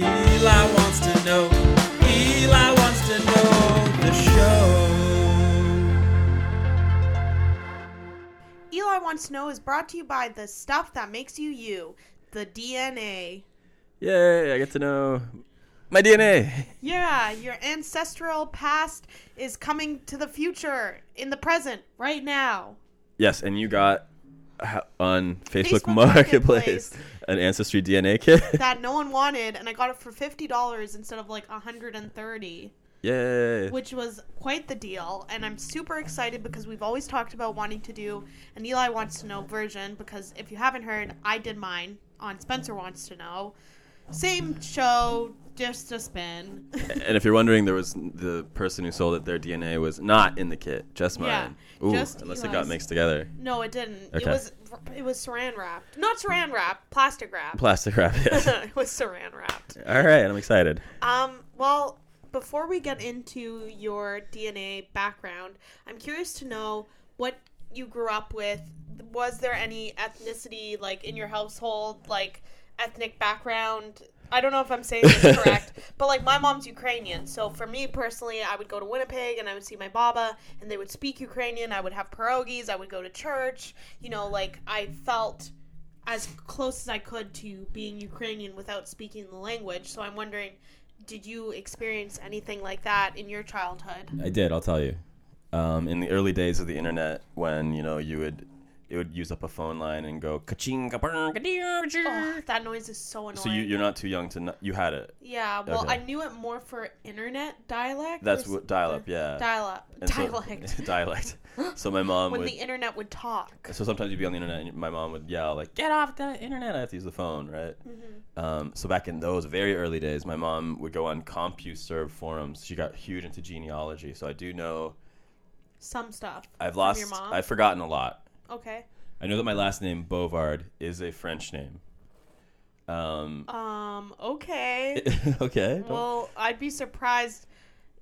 Eli wants to know. Eli wants to know the show. Eli Wants to Know is brought to you by the stuff that makes you you, the DNA. Yay, I get to know my DNA. Yeah, your ancestral past is coming to the future in the present right now. Yes, and you got uh, on Facebook, Facebook Marketplace. Marketplace an Ancestry DNA kit. That no one wanted, and I got it for fifty dollars instead of like a hundred and thirty, Yay. which was quite the deal. And I'm super excited because we've always talked about wanting to do an Eli Wants to Know version. Because if you haven't heard, I did mine on Spencer Wants to Know, same show, just a spin. and if you're wondering, there was the person who sold it, their DNA was not in the kit, just Yeah, mine. Ooh, just unless it Eli's. got mixed together. No, it didn't. It Okay. was it was saran wrapped. Not saran wrapped, plastic wrap. Plastic wrap, yes. it was saran wrapped. All right, I'm excited. Um, well, before we get into your DNA background, I'm curious to know what you grew up with. Was there any ethnicity like in your household, like ethnic background? I don't know if I'm saying this correct, but like my mom's Ukrainian. So for me personally, I would go to Winnipeg and I would see my baba and they would speak Ukrainian. I would have pierogies, I would go to church. You know, like I felt as close as I could to being Ukrainian without speaking the language. So I'm wondering, did you experience anything like that in your childhood? I did. I'll tell you. Um, in the early days of the internet, when you know you would, it would use up a phone line and go ka-ching, ka-burn, ka-dee-er-ching. Oh, that noise is so annoying. So you, you're not too young to. Not, you had it. yeah, well, Okay. I knew it more for internet dialect. That's what dial-up. Yeah. Dial-up. And so- dialect. dialect. So my mom when would. the internet would talk. So sometimes you'd be on the internet and my mom would yell like, "Get off the internet! I have to use the phone." Right. Um, so back in those very early days, my mom would go on CompuServe forums. She got huge into genealogy, so I do know. Some stuff. I've from lost. your mom. I've forgotten a lot. Okay. I know that my last name Bovard is a French name. Um, Um. Okay. okay. don't- Well, well, I'd be surprised.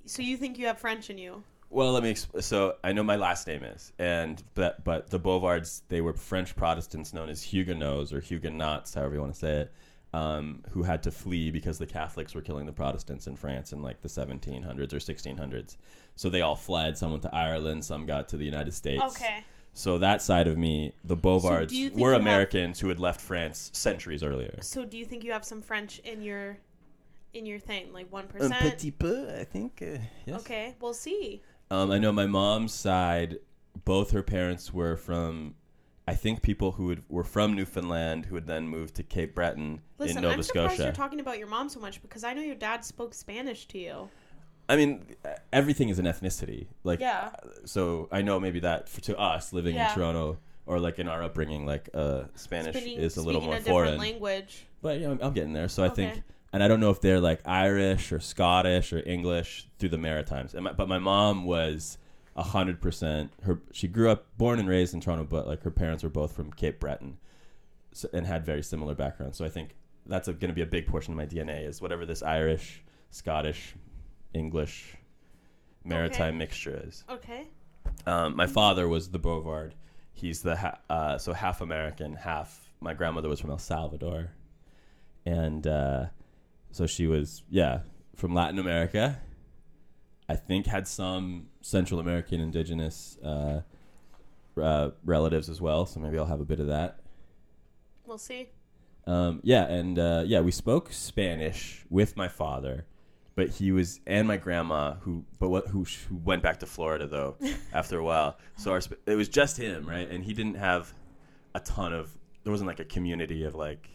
So you think you have French in you? let me. Exp- so I know my last name is, and but but the Bovards they were French Protestants known as Huguenots or Huguenots, however you want to say it, um, who had to flee because the Catholics were killing the Protestants in France in like the 1700s or 1600s. So they all fled. Some went to Ireland. Some got to the United States. Okay. So that side of me, the Bovards you think you were have- Americans who had left France centuries earlier. So do you think you have some French in your in your thing, like one Un percent? petit peu, I think. uh, yes. Okay, we'll see. Um, I know my mom's side, both her parents were from, I think, people who would, were from Newfoundland who had then moved to Cape Breton Listen, in Nova I'm surprised Scotia. you're talking about your mom so much because I know your dad spoke Spanish to you. I mean, everything is an ethnicity. Like, Yeah. So I know maybe that for, to us living Yeah. in Toronto or like in our upbringing, like uh, Spanish Speaking, is a little speaking more a foreign. different language. But yeah, I'm, I'm getting there. So I Okay. think, and I don't know if they're like Irish or Scottish or English through the Maritimes. And my, but my mom was hundred percent. Her she grew up, born and raised in Toronto, but like her parents were both from Cape Breton, so, and had very similar backgrounds. So I think that's going to be a big portion of my DNA is whatever this Irish, Scottish, English, Maritime mixture is. Okay. Um, my father was the Bovard. He's the ha- uh, so half American, half. My grandmother was from El Salvador, and uh, so she was yeah from Latin America. I think had some Central American indigenous uh, uh, relatives as well. So maybe I'll have a bit of that. We'll see. Um, yeah, and uh, yeah, we spoke Spanish with my father, but he was and my grandma who but what who, sh- who went back to Florida though after a while. So our sp- it was just him, right? And he didn't have a ton of there wasn't like a community of like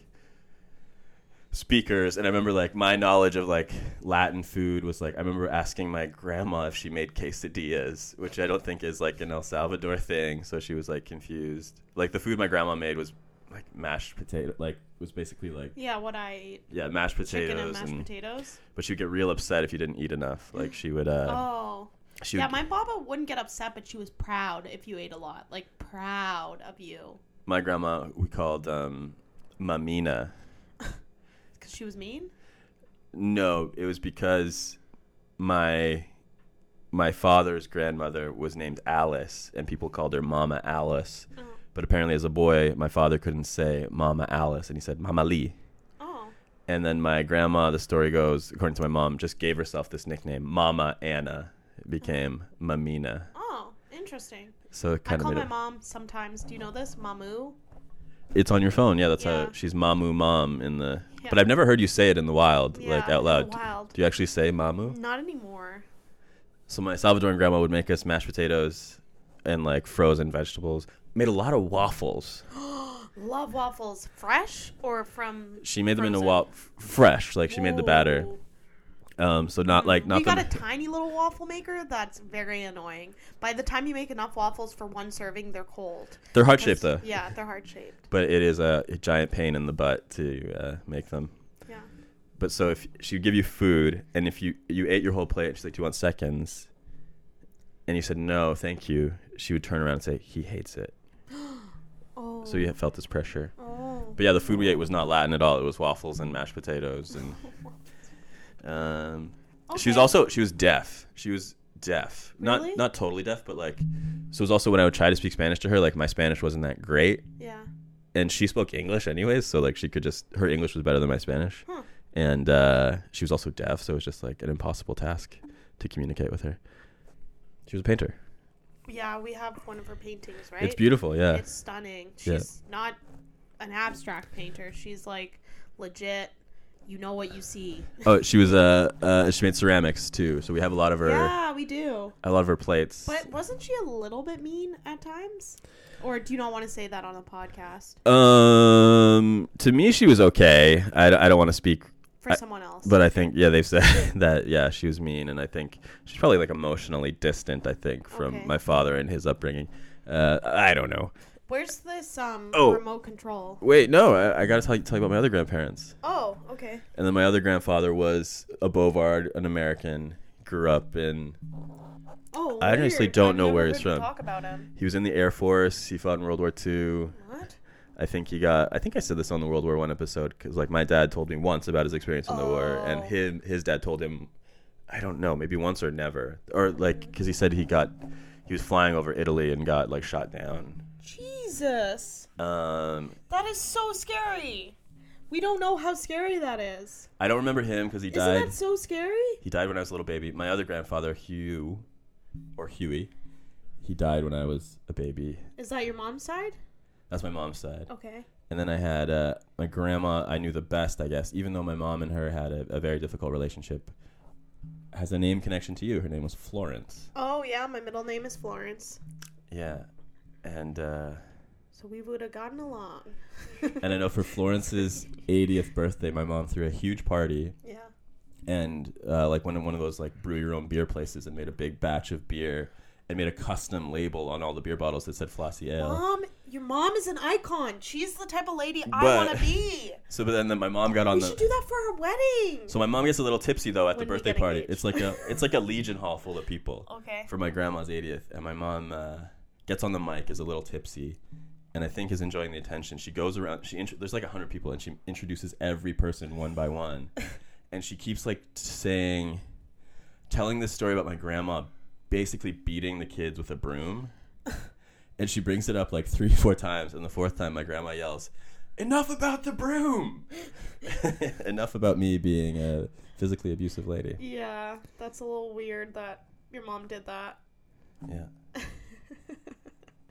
speakers and i remember like my knowledge of like latin food was like i remember asking my grandma if she made quesadillas which i don't think is like an el salvador thing so she was like confused like the food my grandma made was like mashed potato like was basically like Yeah, what I eat. yeah mashed potatoes Chicken and and, mashed potatoes. but she would get real upset if you didn't eat enough like she would uh oh. she would, Yeah, my baba wouldn't get upset, but she was proud if you ate a lot. Like, proud of you. my grandma we called um mamina Because she was mean? No, it was because my my father's grandmother was named Alice, and people called her Mama Alice. Oh. But apparently, as a boy, my father couldn't say Mama Alice, and he said Mama Lee. Oh. And then my grandma, the story goes, according to my mom, just gave herself this nickname, Mama Anna. It became Mamina. Oh, interesting. So it I kind call of made my it, mom sometimes. Do you know this? Mamu. it's on your phone. Yeah, that's Yeah. how she's Mamu Mom in the. But Yeah. I've never heard you say it in the wild, Yeah, like out loud. Wild. Do you actually say Mamu? Not anymore. So my Salvadoran grandma would make us mashed potatoes and like frozen vegetables. Made a lot of waffles. Love waffles, fresh or from. She made them into Frozen. waffle fresh, like she made the batter. Ooh. Mm-hmm. Um, so not like not we got the, a tiny little waffle maker that's very annoying. By the time you make enough waffles for one serving, they're cold. they're heart 'Cause- shaped though. Yeah, they're heart shaped. But it is a, a giant pain in the butt to uh, make them. Yeah. But so if she would give you food, and if you you ate your whole plate, she's like, "Do you want seconds?" And you said, "No, thank you." She would turn around and say, "He hates it." Oh. So you felt this pressure. Oh. But yeah, the food we ate was not Latin at all. It was waffles and mashed potatoes, and um, she was Okay. also she was deaf. She was deaf, Really? not not totally deaf, but like so. It was also when I would try to speak Spanish to her, like my Spanish wasn't that great, Yeah. and she spoke English anyways, so like she could just her English was better than my Spanish, Huh. and uh, she was also deaf, so it was just like an impossible task to communicate with her. She was a painter. Yeah, we have one of her paintings, right? It's beautiful, yeah. It's stunning. Yeah. She's not an abstract painter. She's like legit. You know what you see. oh, she was uh, uh she made ceramics too, so we have a lot of her Yeah, we do. a lot of her plates. But wasn't she a little bit mean at times? Or do you not want to say that on the podcast Um, to me, she was okay. I, I don't want to speak, for I- someone else? but I think yeah, they've said that yeah, she was mean, and I think she's probably like emotionally distant. I think from Okay. my father and his upbringing. Uh, I don't know. Where's this um Oh. remote control? Wait, no, I, I gotta tell you, tell you about my other grandparents. Oh, okay. And then my other grandfather was a Bovard, an American. Grew up in. Oh, I honestly weird. don't I've know never where he's heard you from. Talk about him. He was in the Air Force. He fought in World War II. What? I think he got. I think I said this on the World War One episode because like my dad told me once about his experience in the war, and Oh. him his dad told him, I don't know, maybe once or never, or like because he said he got he was flying over Italy and got like shot down. Jesus, Um, that is so scary. We don't know how scary that is. I don't remember him because he Isn't died. that so scary? He died when I was a little baby. My other grandfather, Hugh, or Huey, he died when I was a baby. Is that your mom's side? That's my mom's side. Okay. And then I had uh, my grandma I knew the best, I guess, even though my mom and her had a, a very difficult relationship. Has a name connection to you. Her name was Florence. Oh yeah, my middle name is Florence, Yeah. And uh, so we would have gotten along. and I know for Florence's 80th birthday, my mom threw a huge party. yeah. And uh, like went in one of those like brew your own beer places and made a big batch of beer and made a custom label on all the beer bottles that said Flossy Ale. Mom, your mom is an icon. She's the type of lady I But- want to be. So but then, then my mom got on We the. should do that for her wedding. So my mom gets a little tipsy though at When the we birthday get party. engaged. It's like a it's like a legion hall full of people. Okay. For my grandma's 80th, and my mom uh, gets on the mic, is a little tipsy, and I think is enjoying the attention. She goes around. She intro- there's like hundred people, and she introduces every person one by one, and she keeps like saying, telling this story about my grandma basically beating the kids with a broom. And she brings it up like three, four times, and the fourth time, my grandma yells, "Enough about the broom! Enough about me being a physically abusive lady." yeah, that's a little weird that your mom did that.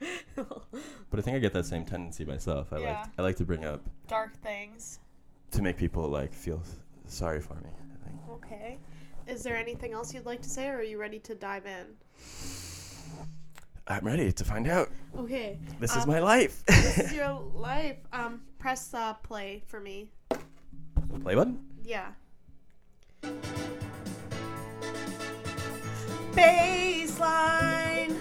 Yeah, but I think I get that same tendency myself. I Yeah. like I like to bring up Dark things. to make people like feel s- sorry for me. I think. Okay. Is there anything else you'd like to say, or are you ready to dive in? I'm ready to find out. Okay. This is Um, my life. This is your life. Um, press uh, play for me. Play button. Yeah. Baseline.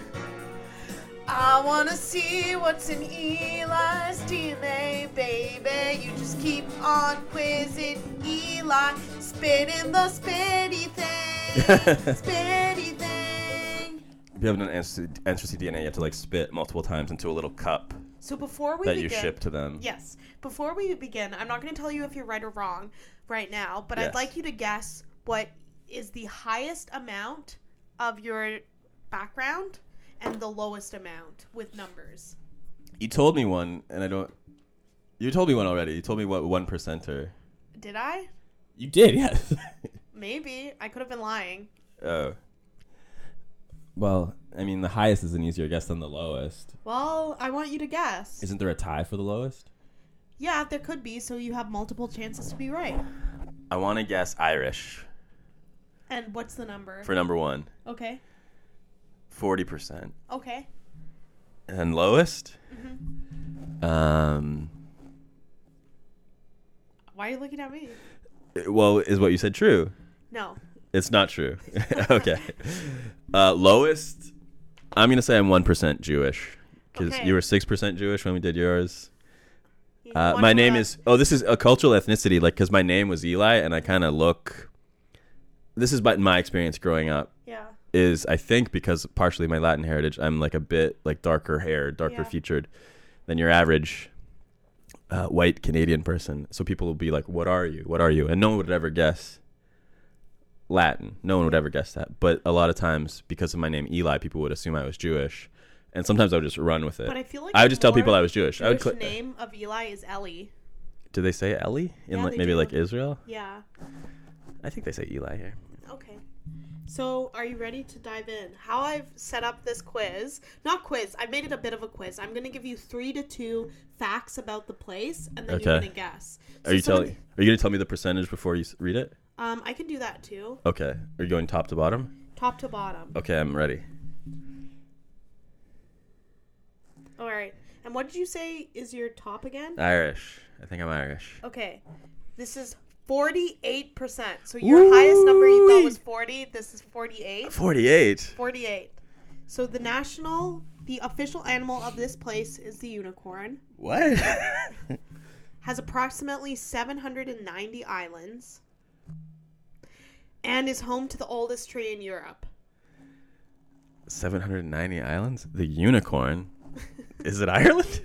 I wanna see what's in Eli's DNA, baby. You just keep on quizzing Eli, spinning the spinny thing, spinny thing. If you haven't done ancestry, ancestry DNA, you have to like spit multiple times into a little cup So before we that begin, you ship to them. Yes. Before we begin, I'm not going to tell you if you're right or wrong right now, but I'd Yes. like you to guess what is the highest amount of your background and the lowest amount with numbers. You told me one, and I don't. You told me one already. You told me what one percenter. Did I? You did, yes. Maybe. I could have been lying. oh. Well, I mean, the highest is an easier guess than the lowest. Well, I want you to guess. Isn't there a tie for the lowest? Yeah, there could be, so you have multiple chances to be right. I want to guess Irish And what's the number? for number one, okay. 40%. Okay. And lowest? Um, Why are you looking at me? well, is what you said true? No. It's not true. okay. Uh, lowest, I'm going to say I'm 1% Jewish because Okay. you were 6% Jewish when we did yours. You Uh, want my to name let- is, oh, this is a cultural ethnicity, like, because my name was Eli and I kind of look, this is but my experience growing up Yeah. is I think because partially my Latin heritage, I'm like a bit like darker haired, darker Yeah. featured than your average uh, white Canadian person. So people will be like, "What are you? What are you?" And no one would ever guess Latin. No one would ever guess that. But a lot of times, because of my name Eli, people would assume I was Jewish, and sometimes I would just run with it. But I feel like I would just tell more people I was Jewish. I would. Jewish Cl- name of Eli is Ellie. do they say Eli in Yeah, like they maybe do. like Israel? Yeah. I think they say Eli here. Okay. So, are you ready to dive in? How I've set up this quiz, not quiz, I made it a bit of a quiz. I'm going to give you three to two facts about the place, and then you're Okay. going to guess. So Are you some of telling? Are you gonna tell me the percentage before you s- read it? the- Um, I can do that too, Okay. Are you going top to bottom? top to bottom. Okay, I'm ready. All right. And what did you say is your top again? Uh, Irish. I think I'm Irish. Okay. This is 48%. So, your highest number you thought was 40. This is 48. 48. 48. So, the national, the official animal of this place is the unicorn. What? has approximately 790 islands and is home to the oldest tree in Europe. 790 islands? The unicorn? Is it Ireland?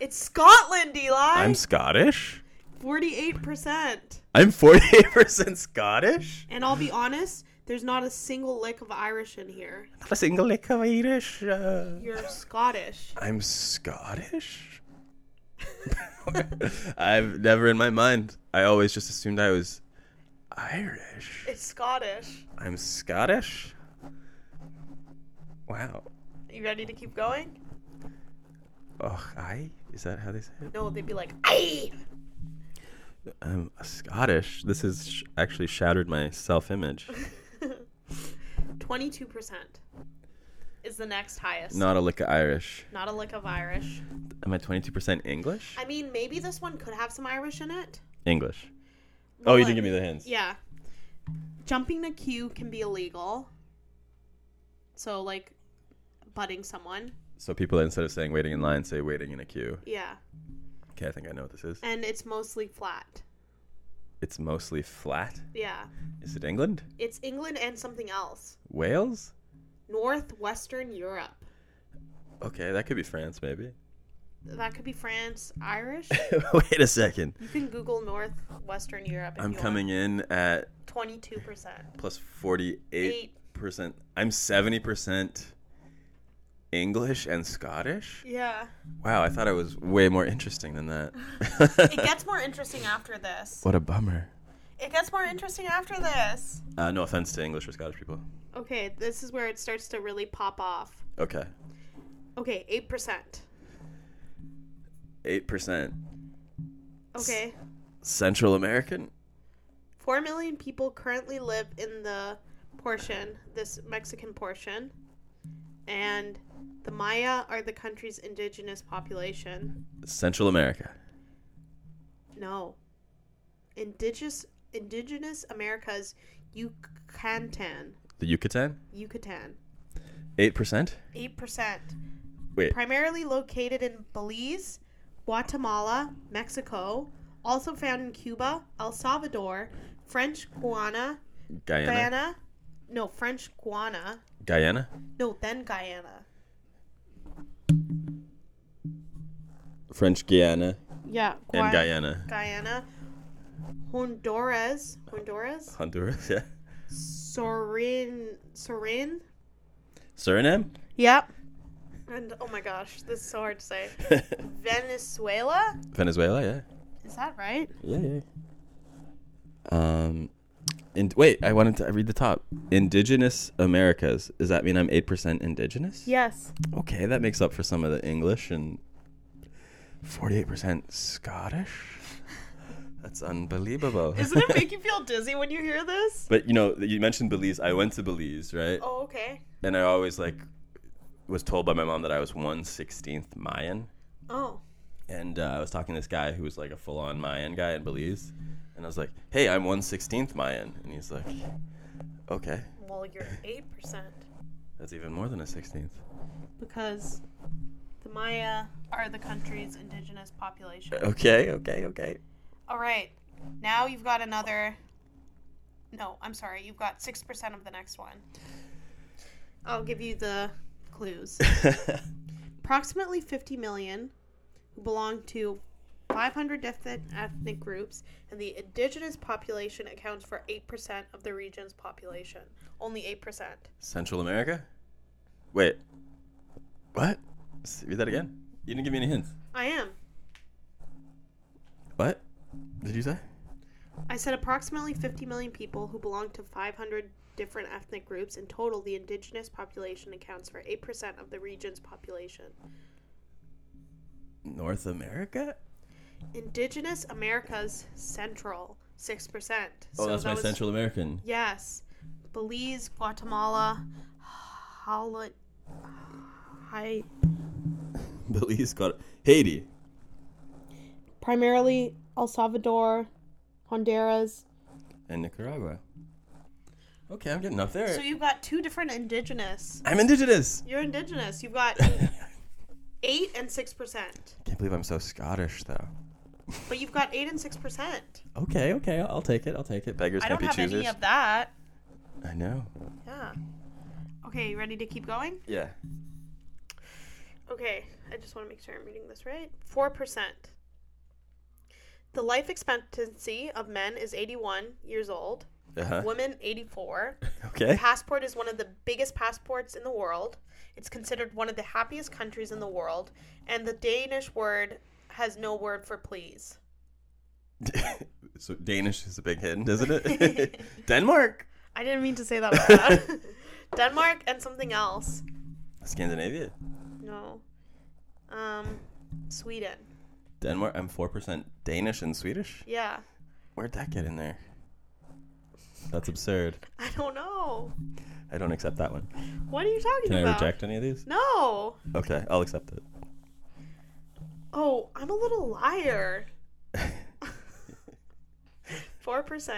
It's Scotland, Eli. I'm Scottish? 48%. I'm 48% Scottish? And I'll be honest, there's not a single lick of Irish in here. Not a single lick of Irish. uh, You're Scottish. I'm Scottish? I've never in my mind. I always just assumed I was Irish. It's Scottish. I'm Scottish? Wow. You ready to keep going? Oh, I? Is that how they say it? No, they'd be like, "Aye." I'm Scottish. This has sh- actually shattered my self-image. 22% is the next highest. Not a lick of Irish. Not a lick of Irish. Am I 22% English? I mean, maybe this one could have some Irish in it. English. Oh, you But- didn't give me the hints. Yeah. Jumping the queue can be illegal. So like butting someone. So people instead of saying waiting in line say waiting in a queue. Yeah. Okay, I think I know what this is. And it's mostly flat. It's mostly flat. Yeah. Is it England? It's England and something else. Wales? Northwestern Europe. Okay, that could be France maybe. That could be France, Irish. Wait a second. You can Google Northwestern Europe. If I'm coming in at Twenty-two percent. plus 48%. Eight. I'm 70% English and Scottish? Yeah. Wow, I thought it was way more interesting than that. It gets more interesting after this. what a bummer. It gets more interesting after this. Uh, no offense to English or Scottish people. Okay, this is where it starts to really pop off. Okay. Okay, eight percent. 8% Okay. Central American? Four million people currently live in the portion, this Mexican portion, and the Maya are the country's indigenous population. Central America. No, indigenous indigenous Americas, Yucatan, The Yucatan? Yucatan, 8%? eight percent, Wait. primarily located in Belize, Guatemala, Mexico, also found in Cuba, El Salvador, French Guiana, Guyana? Guyana? Guyana, no French Guiana. No, then Guyana. French Guyana Yeah. and Guyana. Guyana. Honduras. Honduras. Honduras, yeah. Sorin. Sorin. Suriname? Yep. And oh my gosh, this is so hard to say. Venezuela. Venezuela, yeah. Is that right? Yeah, yeah. Um, and wait, I wanted to I read the top. Indigenous Americas. Does that mean I'm eight percent indigenous? Yes. Okay, that makes up for some of the English and forty-eight percent Scottish. That's unbelievable. Doesn't it make you feel dizzy when you hear this? but you know, you mentioned Belize. I went to Belize, right? Oh, okay. And I always like was told by my mom that I was one sixteenth Mayan. Oh. and uh, I was talking to this guy who was like a full on Mayan guy in Belize, and I was like, "Hey, I'm one sixteenth Mayan," and he's like, "Okay, Well, you're 8%. that's even more than a sixteenth. Because the Maya are the country's indigenous population. Okay, okay, okay. All right. Now you've got another. No, I'm sorry. You've got 6% of the next one. I'll give you the clues. Approximately 50 million who belong to 500 different ethnic groups, and the indigenous population accounts for 8% of the region's population. Only 8%. Central America. Wait, what? S- Read that again. You didn't give me any hints. I am. What did you say? I said approximately 50 million people who belong to 500 different ethnic groups. In total, the indigenous population accounts for 8% of the region's population. North America. Indigenous Americas Central, 6%. Oh, So that's that my was- Central American. Yes. Belize, Guatemala, Holland. Hi. Belize got Haiti. Primarily El Salvador, Honduras. And Nicaragua. Okay, I'm getting up there. So you've got two different indigenous. I'm indigenous. You're indigenous. You've got 8 and 6%. Can't believe I'm so Scottish though. But you've got 8 and 6%. Okay, okay, I'll take it. I'll take it. Beggars I can't don't be have choosers. any of that. I know. Yeah. Okay, you ready to keep going? Yeah. Okay, I just want to make sure I'm reading this right. 4%. The life expectancy of men is 81 years old, Uh-huh. women 84. Okay. Passport is one of the biggest passports in the world. It's considered one of the happiest countries in the world, and the Danish word has no word for please. so Danish is a big hint, isn't it? Denmark, I didn't mean to say that out loud. Denmark and something else. Scandinavia, No. Um Sweden. Denmark. I'm four percent Danish and Swedish. Yeah. Where'd that get in there? That's absurd. I don't know. I don't accept that one. What are you talking Can I about? reject any of these? No. Okay, I'll accept it. Oh, I'm a little liar. 4%.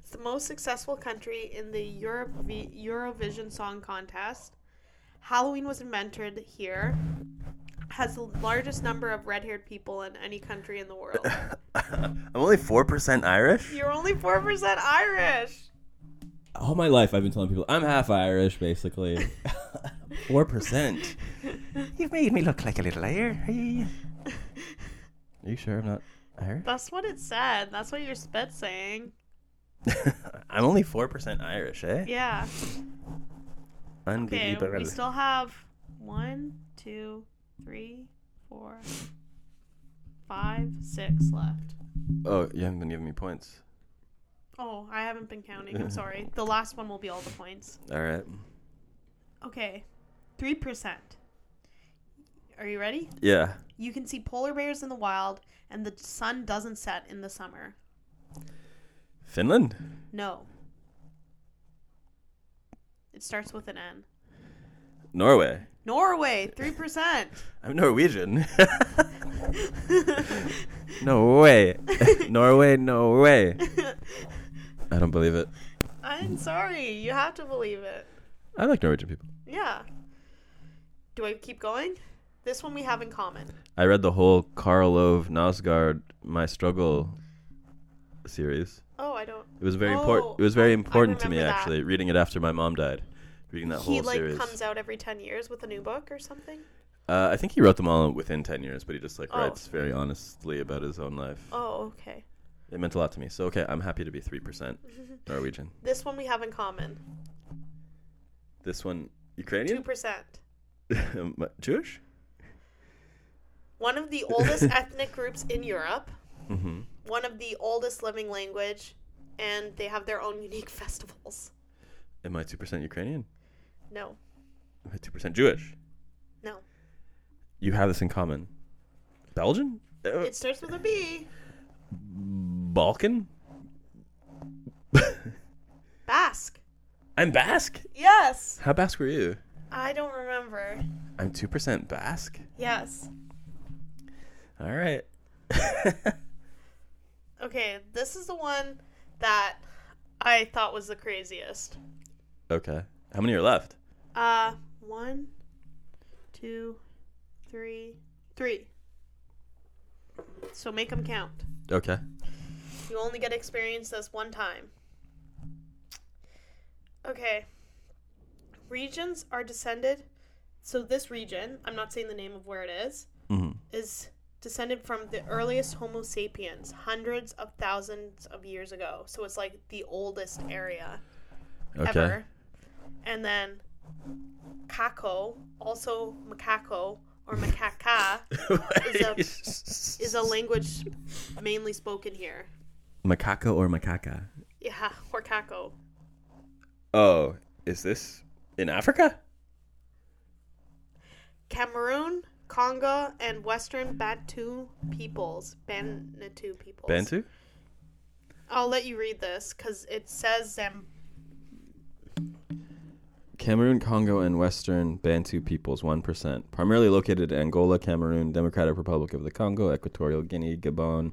It's the most successful country in the Euro- Eurovision Song Contest. Halloween was invented here. Has the largest number of red haired people in any country in the world. I'm only four percent Irish. You're only 4% Irish. All my life, I've been telling people I'm half Irish, basically. Four percent. You've made me look like a little liar. Are you sure I'm not Irish? That's what it said. That's what your spit's saying. I'm only four percent Irish, eh? Yeah. Okay, Unbelievable. we still have one, two, three, four, five, six left. oh, you haven't been giving me points. Oh, I haven't been counting. I'm sorry. The last one will be all the points. All right. Okay, 3%. Are you ready? Yeah. You can see polar bears in the wild, and the sun doesn't set in the summer. Finland. No. It starts with an N. Norway. Norway, 3%. I'm Norwegian. no way. Norway. No way. I don't believe it. I'm sorry. You have to believe it. I like Norwegian people. Yeah. Do I keep going? This one we have in common. I read the whole Karl Ove Nosgaard My Struggle series. Oh, I don't. It was very Oh, important. It was very I- I important to me remember that. actually. Reading it after my mom died. Reading that he whole like series. comes out every ten years with a new book or something. Uh, I think he wrote them all within ten years, but he just like Oh. writes very honestly about his own life. Oh, okay. It meant a lot to me. So okay, I'm happy to be three percent Norwegian. This one we have in common. This one Two Ukrainian, percent. Um, Jewish. One of the oldest ethnic groups in Europe. Mm-hmm. One of the oldest living language. and they have their own unique festivals. Am I two percent Ukrainian? No, Am I two percent Jewish? no. You have this in common. Belgian? Uh, It starts with a B. Balkan? Basque. I'm Basque. Yes. How Basque were you? I don't remember. I'm two percent Basque. Yes. All right. Okay, this is the one that I thought was the craziest. Okay. How many are left? Uh, one, two, three, three. So make them count. Okay. You only get to experience this one time. Okay. Regions are descended. So this region, I'm not saying the name of where it is, Mhm. is descended from the earliest Homo sapiens, hundreds of thousands of years ago. So it's like the oldest area Okay. ever. And then Kako, also macaco or macaca, Is is a language mainly spoken here. macaco or macaca? Yeah, or Kako. Oh, is this in Africa? Cameroon, Congo, and Western Bantu peoples. Bantu peoples. Bantu? I'll let you read this because it says Zam. Cameroon, Congo, and Western Bantu peoples, 1%. Primarily located in Angola, Cameroon, Democratic Republic of the Congo, Equatorial Guinea, Gabon,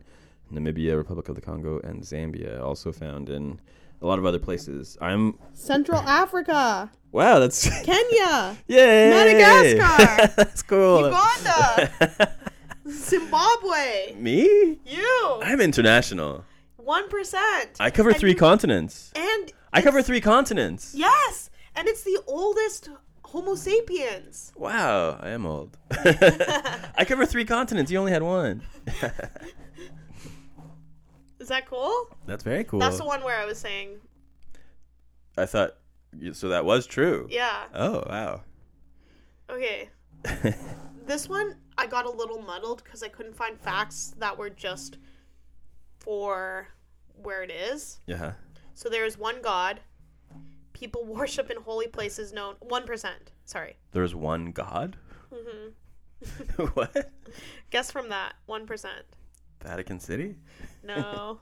Namibia, Republic of the Congo, and Zambia. Also found in a lot of other places. I'm. Central Africa, Wow, that's. Kenya, Yay! Madagascar! that's cool. Uganda, Zimbabwe. Me? You I'm international. one percent. I cover three continents. And I cover three continents. yes, and it's the oldest Homo sapiens. Wow, I am old. I cover three continents. You only had one. Is that cool? That's very cool. That's the one where I was saying, I thought. you- So that was true. yeah. Oh wow. Okay. this one I got a little muddled because I couldn't find facts that were just for where it is. Yeah. So there is one God. People worship in holy places known one percent. Sorry, There's one God. Mm-hmm. what? guess from that one percent. Vatican City? No,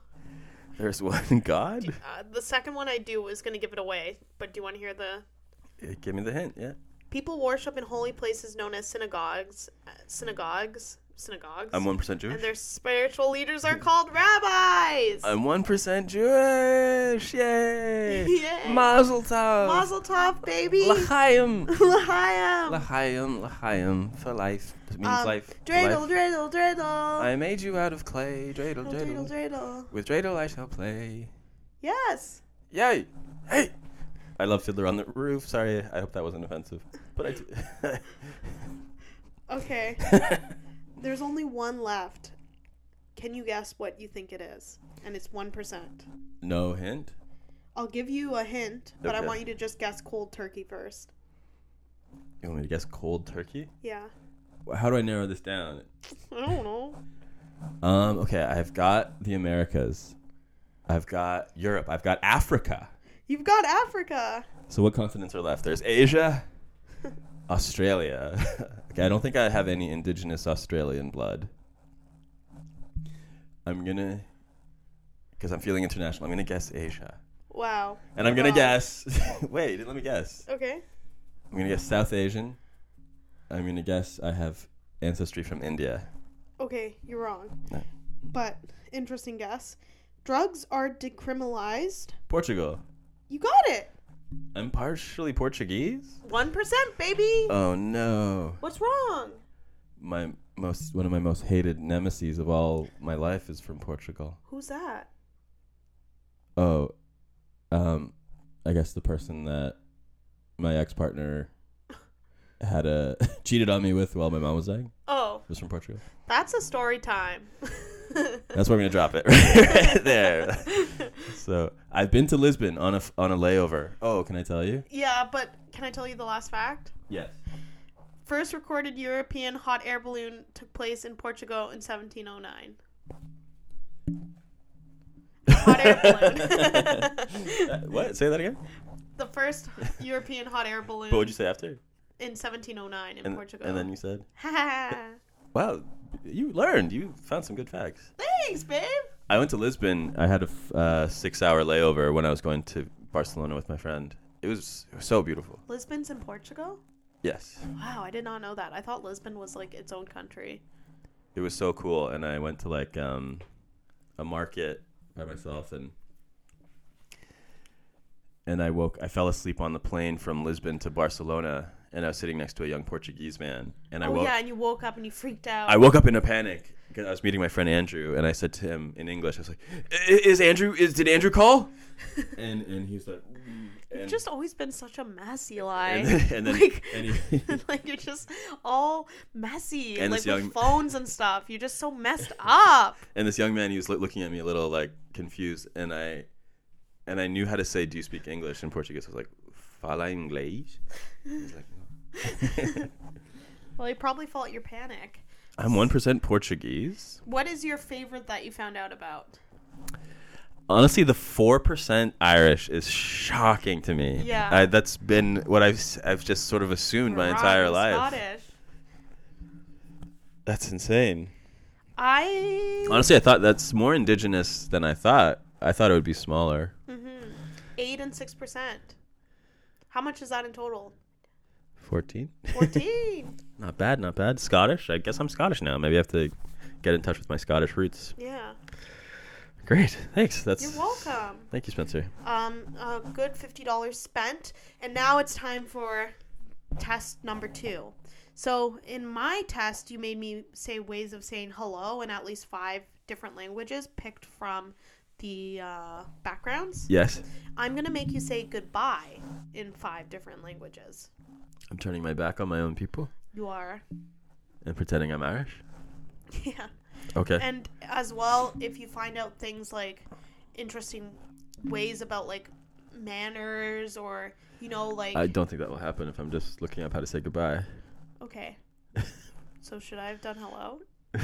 There's one God? uh, the second one I do was gonna give it away, but do you want to hear the? Eh, Give me the hint. Yeah. People worship in holy places known as synagogues, uh, synagogues, synagogues, I'm one percent and Jewish. their spiritual leaders are called rabbis. I'm one percent Jewish. Yay! Yay. Mazel tov. Mazel tov, baby. L'chaim. Lahayam. L'chaim. L'chaim. For life. It means Um, life. For Dreidel, life. dreidel, dreidel. I made you out of clay. Dreidel, dreidel. Dreidel, dreidel. With dreidel I shall play. Yes. Yay! Hey! I love Fiddler on the Roof. Sorry, I hope that wasn't offensive. But I. do- Okay. There's only one left. Can you guess what you think it is? And it's 1%. no hint. I'll give you a hint, but I Okay. want you to just guess cold turkey first. You want me to guess cold turkey? Yeah. How do I narrow this down? I don't know. Um, okay, I've got the Americas. I've got Europe. I've got Africa. You've got Africa. So what continents are left? There's Asia, Australia. okay, I don't think I have any indigenous Australian blood. I'm gonna, because I'm feeling international. I'm gonna guess Asia, Wow. and I'm gonna Wow. guess. wait, let me guess. Okay. I'm gonna guess South Asian. I'm gonna guess I have ancestry from India. Okay, you're wrong. No. But interesting guess. Drugs are decriminalized. Portugal. You got it. I'm partially Portuguese. 1%, baby. Oh no. What's wrong? my most one of my most hated nemesis of all my life is from Portugal. Who's that? Oh, um, I guess the person that my ex partner had a cheated on me with while my mom was dying Oh, was from Portugal. that's a story time. That's where I'm gonna drop it right there. So I've been to Lisbon on a f- on a layover. Oh, can I tell you? yeah, but can I tell you the last fact? Yes. First recorded European hot air balloon oh took place in Portugal in 1709. hot air balloon. Uh, what? Say that again. the first European hot air balloon But what'd you say after? in 1709 in And, Portugal. and then you said, Thanks, "Wow, you learned. You found some good facts." babe. I went to Lisbon. I had a f- uh, six-hour layover when I was going to Barcelona with my friend. It was, it was so beautiful. Lisbon's in Portugal? Yes, Wow, I did not know that. I thought Lisbon was like its own country. it was so cool. And I went to like um, a market by myself, and and I woke. I fell asleep on the plane from Lisbon to Barcelona, and I was sitting next to a young Portuguese man. And I oh woke. yeah, and you woke up and you freaked out. I woke up in a panic because I was meeting my friend Andrew, and I said to him in English, "I was like, "I- is Andrew? Is did Andrew call?" and and he's like, "Mm," and, Just always been such a mess, Eli. and then, and then like, and he- like you're just all messy, And like this young- with phones and stuff. You're just so messed up. and this young man, he was like, looking at me a little like confused, and I and I knew how to say, "Do you speak English?" in Portuguese. I was like, "Fala inglês." He's like, "No." Well, you probably felt your panic. I'm one percent Portuguese. What is your favorite that you found out about? Honestly, the four percent Irish is shocking to me. Yeah. I, that's been what I've s- I've just sort of assumed my entire Rotten life. Scottish. That's insane. I Honestly, I thought that's more indigenous than I thought. I thought it would be smaller. eight and six percent. How much is that in total? 14? Fourteen. not bad, not bad. Scottish? I guess I'm Scottish now. Maybe I have to get in touch with my Scottish roots. yeah. Great. Thanks. That's You're welcome. Thank you, Spencer. Um, a good fifty dollars spent, and now it's time for test number two. So in my test, you made me say ways of saying hello in at least five different languages, picked from the uh, backgrounds. Yes. I'm gonna make you say goodbye in five different languages. I'm turning my back on my own people You are, and pretending I'm Irish. yeah. Okay. and as well if you find out things like interesting ways about like manners or you know like I don't think that will happen if I'm just looking up how to say goodbye. okay so should i have done hello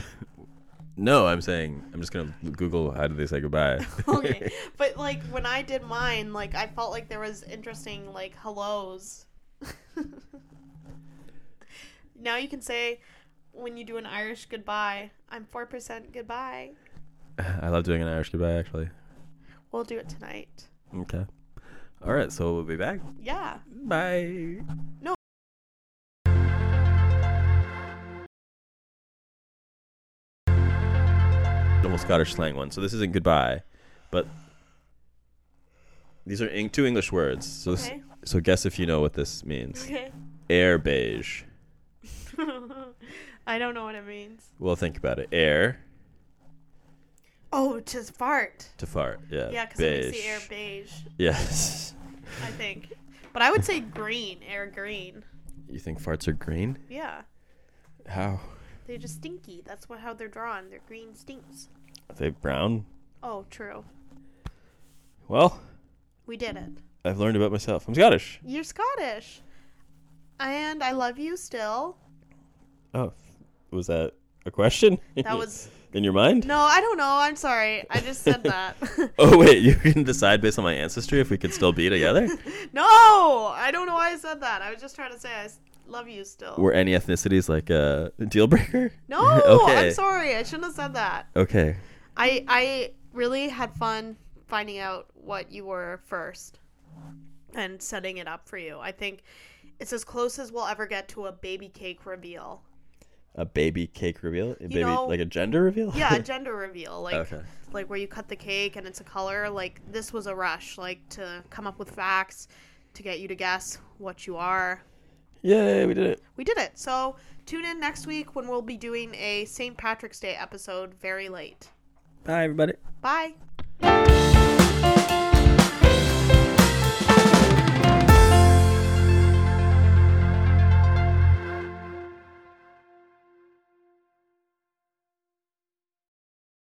No, I'm saying I'm just going to Google how do they say goodbye. okay but like when i did mine like i felt like there was interesting like hellos now you can say when you do an irish goodbye i'm 4% goodbye I love doing an Irish goodbye actually. we'll do it tonight Okay. All right, so we'll be back. yeah Bye. Normal Scottish slang one. So this isn't goodbye, but these are eng- two English words. So this, okay so guess if you know what this means. okay Air beige. i don't know what it means Well, think about it. Air Oh, to fart. to fart. Yeah. Yeah, because it makes the air beige, Yes. I think. But I would say green, air green. You think farts are green? Yeah, How? they're just stinky. That's what, how they're drawn. They're green stinks. Are they brown? Oh, true. Well, We did it. I've learned about myself. I'm Scottish. You're Scottish. And I love you still. Oh, was that a question? That was. in your mind? No, I don't know. I'm sorry. I just said that. Oh wait, you can decide based on my ancestry if we could still be together. no, I don't know why I said that. I was just trying to say I s- love you still. Were any ethnicities like a deal breaker? no, okay. I'm sorry. I shouldn't have said that. Okay. I I really had fun finding out what you were first and setting it up for you. I think it's as close as we'll ever get to a baby cake reveal. A baby cake reveal? A baby know- like a gender reveal? Yeah, a gender reveal. Like Okay. like where you cut the cake and it's a color. Like this was a rush, like to come up with facts to get you to guess what you are. Yay, we did it. We did it. So tune in next week when we'll be doing a St. Patrick's Day episode very late. Bye everybody. Bye.